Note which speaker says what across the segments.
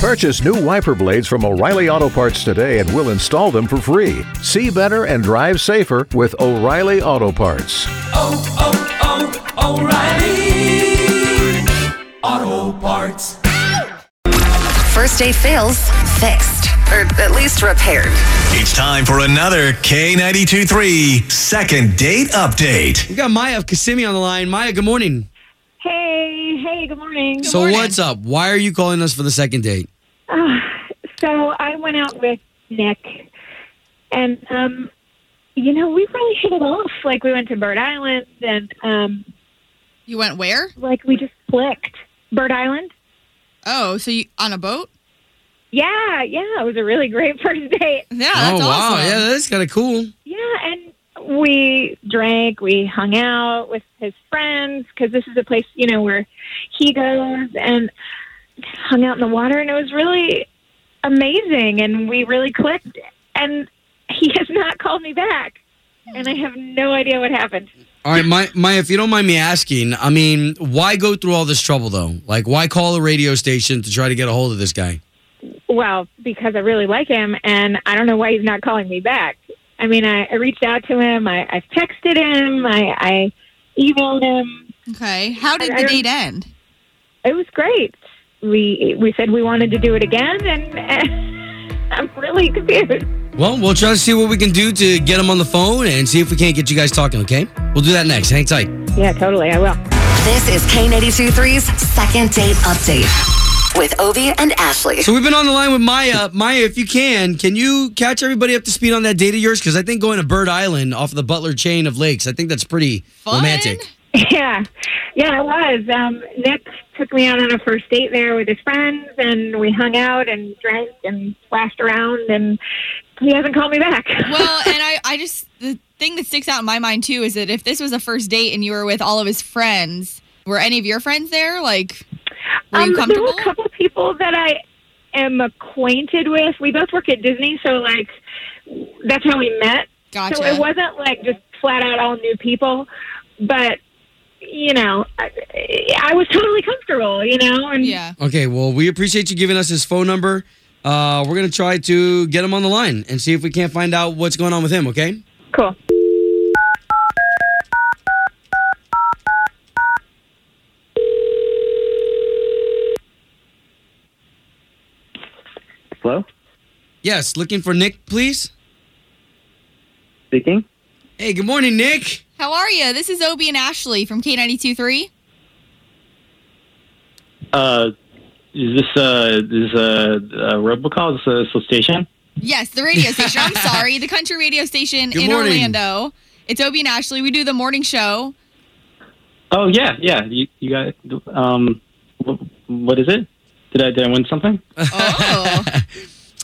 Speaker 1: Purchase new wiper blades from O'Reilly Auto Parts today and we'll install them for free. See better and drive safer with O'Reilly Auto Parts.
Speaker 2: Oh, oh, oh, O'Reilly Auto Parts.
Speaker 3: First day fails, fixed, or at least repaired.
Speaker 4: It's time for another K92 3 second date update.
Speaker 5: We got Maya of Kissimmee on the line. Maya, good morning.
Speaker 6: Hey, hey, good morning.
Speaker 5: so what's up? Why are you calling us for the second date?
Speaker 6: Ah, So I went out with Nick, and um, you know we really hit it off. Like we went to Bird Island, and um,
Speaker 7: You went where?
Speaker 6: like we just clicked. Bird Island.
Speaker 7: Oh, so you on a boat?
Speaker 6: Yeah, yeah, it was a really great first date.
Speaker 7: Yeah, that's
Speaker 5: oh wow,
Speaker 7: awesome.
Speaker 5: yeah, that's kind of cool.
Speaker 6: Yeah, and we drank, we hung out with his friends because this is a place you know where he goes and hung out in the water, and it was really amazing, and we really clicked. And he has not called me back, and I have no idea what happened.
Speaker 5: All right, Maya, Maya, if you don't mind me asking, I mean, why go through all this trouble though? Like, why call a radio station to try to get a hold of this guy?
Speaker 6: Well, because I really like him, and I don't know why he's not calling me back. I mean, I, I reached out to him, I, I've texted him, I, I emailed him.
Speaker 7: Okay. How did
Speaker 6: I- I
Speaker 7: the
Speaker 6: don't-
Speaker 7: date end?
Speaker 6: It was great. We we said we wanted to do it again, and, and I'm really confused.
Speaker 5: Well, we'll try to see what we can do to get him on the phone and see if we can't get you guys talking. Okay, we'll do that next. Hang tight.
Speaker 6: Yeah, totally. I will.
Speaker 3: This is K823's second date update with Ovi and Ashley.
Speaker 5: So we've been on the line with Maya. Maya, if you can, can you catch everybody up to speed on that date of yours? Because I think going to Bird Island off the Butler chain of lakes, I think that's pretty
Speaker 7: Fun.
Speaker 5: romantic.
Speaker 6: Yeah, yeah, it was. Um, Nick took me out on a first date there with his friends, and we hung out and drank and splashed around, and he hasn't called me back.
Speaker 7: Well, and I, I just the thing that sticks out in my mind too is that if this was a first date and you were with all of his friends, were any of your friends there? Like, were you
Speaker 6: um, there were
Speaker 7: comfortable?
Speaker 6: a couple people that I am acquainted with. We both work at Disney, so like that's how we met.
Speaker 7: gotcha.
Speaker 6: So it wasn't like just flat out all new people, but you know, I, I was totally comfortable, you know, and
Speaker 7: yeah.
Speaker 5: Okay, well, we appreciate you giving us his phone number. Uh, we're gonna try to get him on the line and see if we can't find out what's going on with him. Okay.
Speaker 6: cool.
Speaker 8: Hello?
Speaker 5: Yes, looking for Nick, please.
Speaker 8: Speaking?
Speaker 5: Hey, good morning, Nick.
Speaker 7: How are you? This is Obie and Ashley from K92.3.
Speaker 8: Uh, is this, uh, is, uh, a robocall? Is this uh, a solicitation?
Speaker 7: Yes, the radio station. I'm sorry, the country radio station
Speaker 5: Good
Speaker 7: in
Speaker 5: morning.
Speaker 7: Orlando. It's Obie and Ashley. We do the morning show.
Speaker 8: Oh, yeah, yeah. You, you got, um, wh- what is it? Did I, did I win something?
Speaker 7: Oh,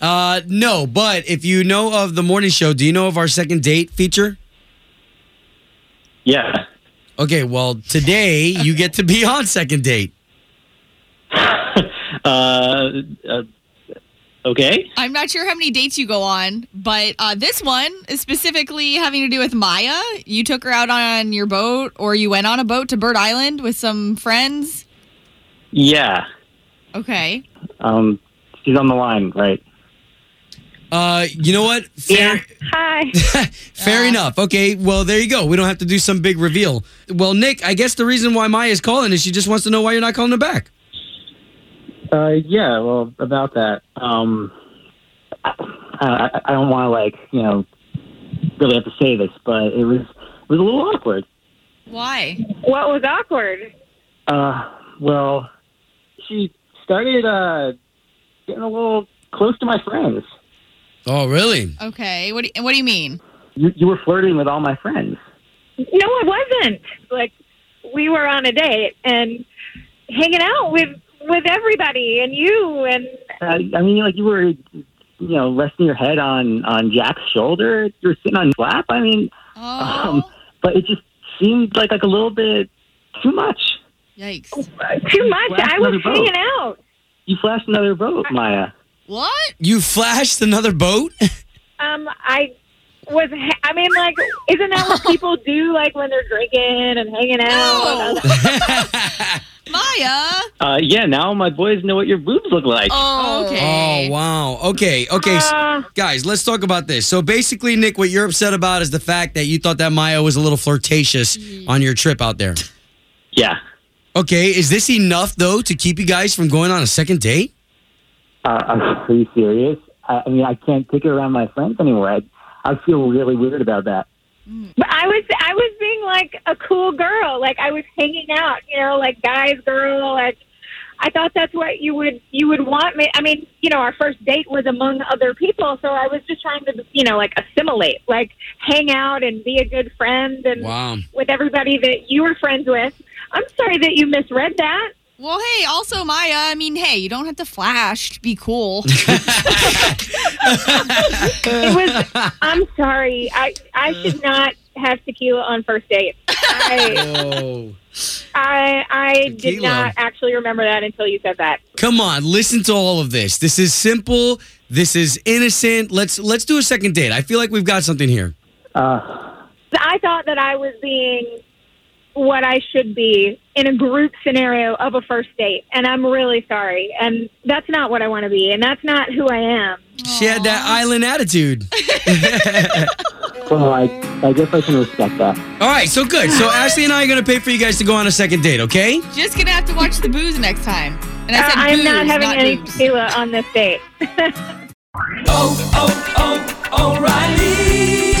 Speaker 5: Uh, no, but if you know of the morning show, do you know of our second date feature?
Speaker 8: Yeah.
Speaker 5: Okay, well, today you get to be on second date.
Speaker 8: uh, uh, okay.
Speaker 7: I'm not sure how many dates you go on, but uh, this one is specifically having to do with Maya. You took her out on your boat, or you went on a boat to Bird Island with some friends.
Speaker 8: Yeah.
Speaker 7: Okay.
Speaker 8: Um, she's on the line, right?
Speaker 5: Uh, you know what? Fair,
Speaker 6: Hi.
Speaker 5: Fair enough. Okay. Well, there you go. We don't have to do some big reveal. Well, Nick, I guess the reason why Maya's calling is she just wants to know why you're not calling her back.
Speaker 8: Uh, yeah, well, about that. Um, I, I, I don't want to, like, you know, really have to say this, but it was, it was a little awkward.
Speaker 7: Why?
Speaker 6: what was awkward?
Speaker 8: Uh, well, she started uh, getting a little close to my friends.
Speaker 5: Oh, really?
Speaker 7: Okay. What do you, what do you mean?
Speaker 8: You, you were flirting with all my friends.
Speaker 6: No, it wasn't. Like we were on a date and hanging out with with everybody and you and
Speaker 8: Uh, I mean, like you were, you know, resting your head on on Jack's shoulder. You were sitting on his lap. I mean,
Speaker 7: Oh,
Speaker 8: Um, but it just seemed like like a little bit too much.
Speaker 7: yikes!
Speaker 6: too much. I was
Speaker 8: another boat.
Speaker 6: hanging out.
Speaker 8: You flashed another boat, Maya.
Speaker 7: What?
Speaker 5: You flashed another boat?
Speaker 6: Um, I was. ha- I mean, like, isn't that what people do? Like when they're drinking and hanging out.
Speaker 7: No. Maya.
Speaker 8: Uh, yeah, now my boys know what your boobs look like.
Speaker 7: Oh, okay.
Speaker 5: Oh wow. Okay. Okay. s-
Speaker 6: Uh,
Speaker 5: guys, let's talk about this. So basically, Nick, what you're upset about is the fact that you thought that Maya was a little flirtatious on your trip out there.
Speaker 8: Yeah.
Speaker 5: Okay. Is this enough though to keep you guys from going on a second date?
Speaker 8: Uh, are you serious? I, I mean, I can't take it around my friends anywhere. I, I feel really weird about that.
Speaker 6: But I was I was being like a cool girl, like I was hanging out, you know, like guys, girl, like I thought that's what you would you would want me. I mean, you know, our first date was among other people, so I was just trying to, you know, like assimilate, like hang out and be a good friend and
Speaker 5: Wow.
Speaker 6: with everybody that you were friends with. I'm sorry that you misread that.
Speaker 7: Well, hey, also Maya. I mean, hey, you don't have to flash to be cool.
Speaker 6: It was. I'm sorry. I I should not have tequila on first date. I
Speaker 5: Oh.
Speaker 6: I, I did
Speaker 5: Tequila.
Speaker 6: not actually remember that until you said that.
Speaker 5: Come on, listen to all of this. This is simple. This is innocent. Let's let's do a second date. I feel like we've got something here.
Speaker 8: Uh,
Speaker 6: I thought that I was being what I should be in a group scenario of a first date, and I'm really sorry. And that's not what I want to be, and that's not who I am.
Speaker 5: She had that island attitude.
Speaker 8: well, I, I guess I can respect that.
Speaker 5: All right, so good. So Ashley and I are going to pay for you guys to go on a second date, okay?
Speaker 7: Just gonna have to watch the booze next time. And I
Speaker 6: Uh,
Speaker 7: said,
Speaker 6: I'm
Speaker 7: booze,
Speaker 6: not having any
Speaker 7: boobs.
Speaker 6: tequila on this date.
Speaker 2: Oh, oh, oh, O'Reilly.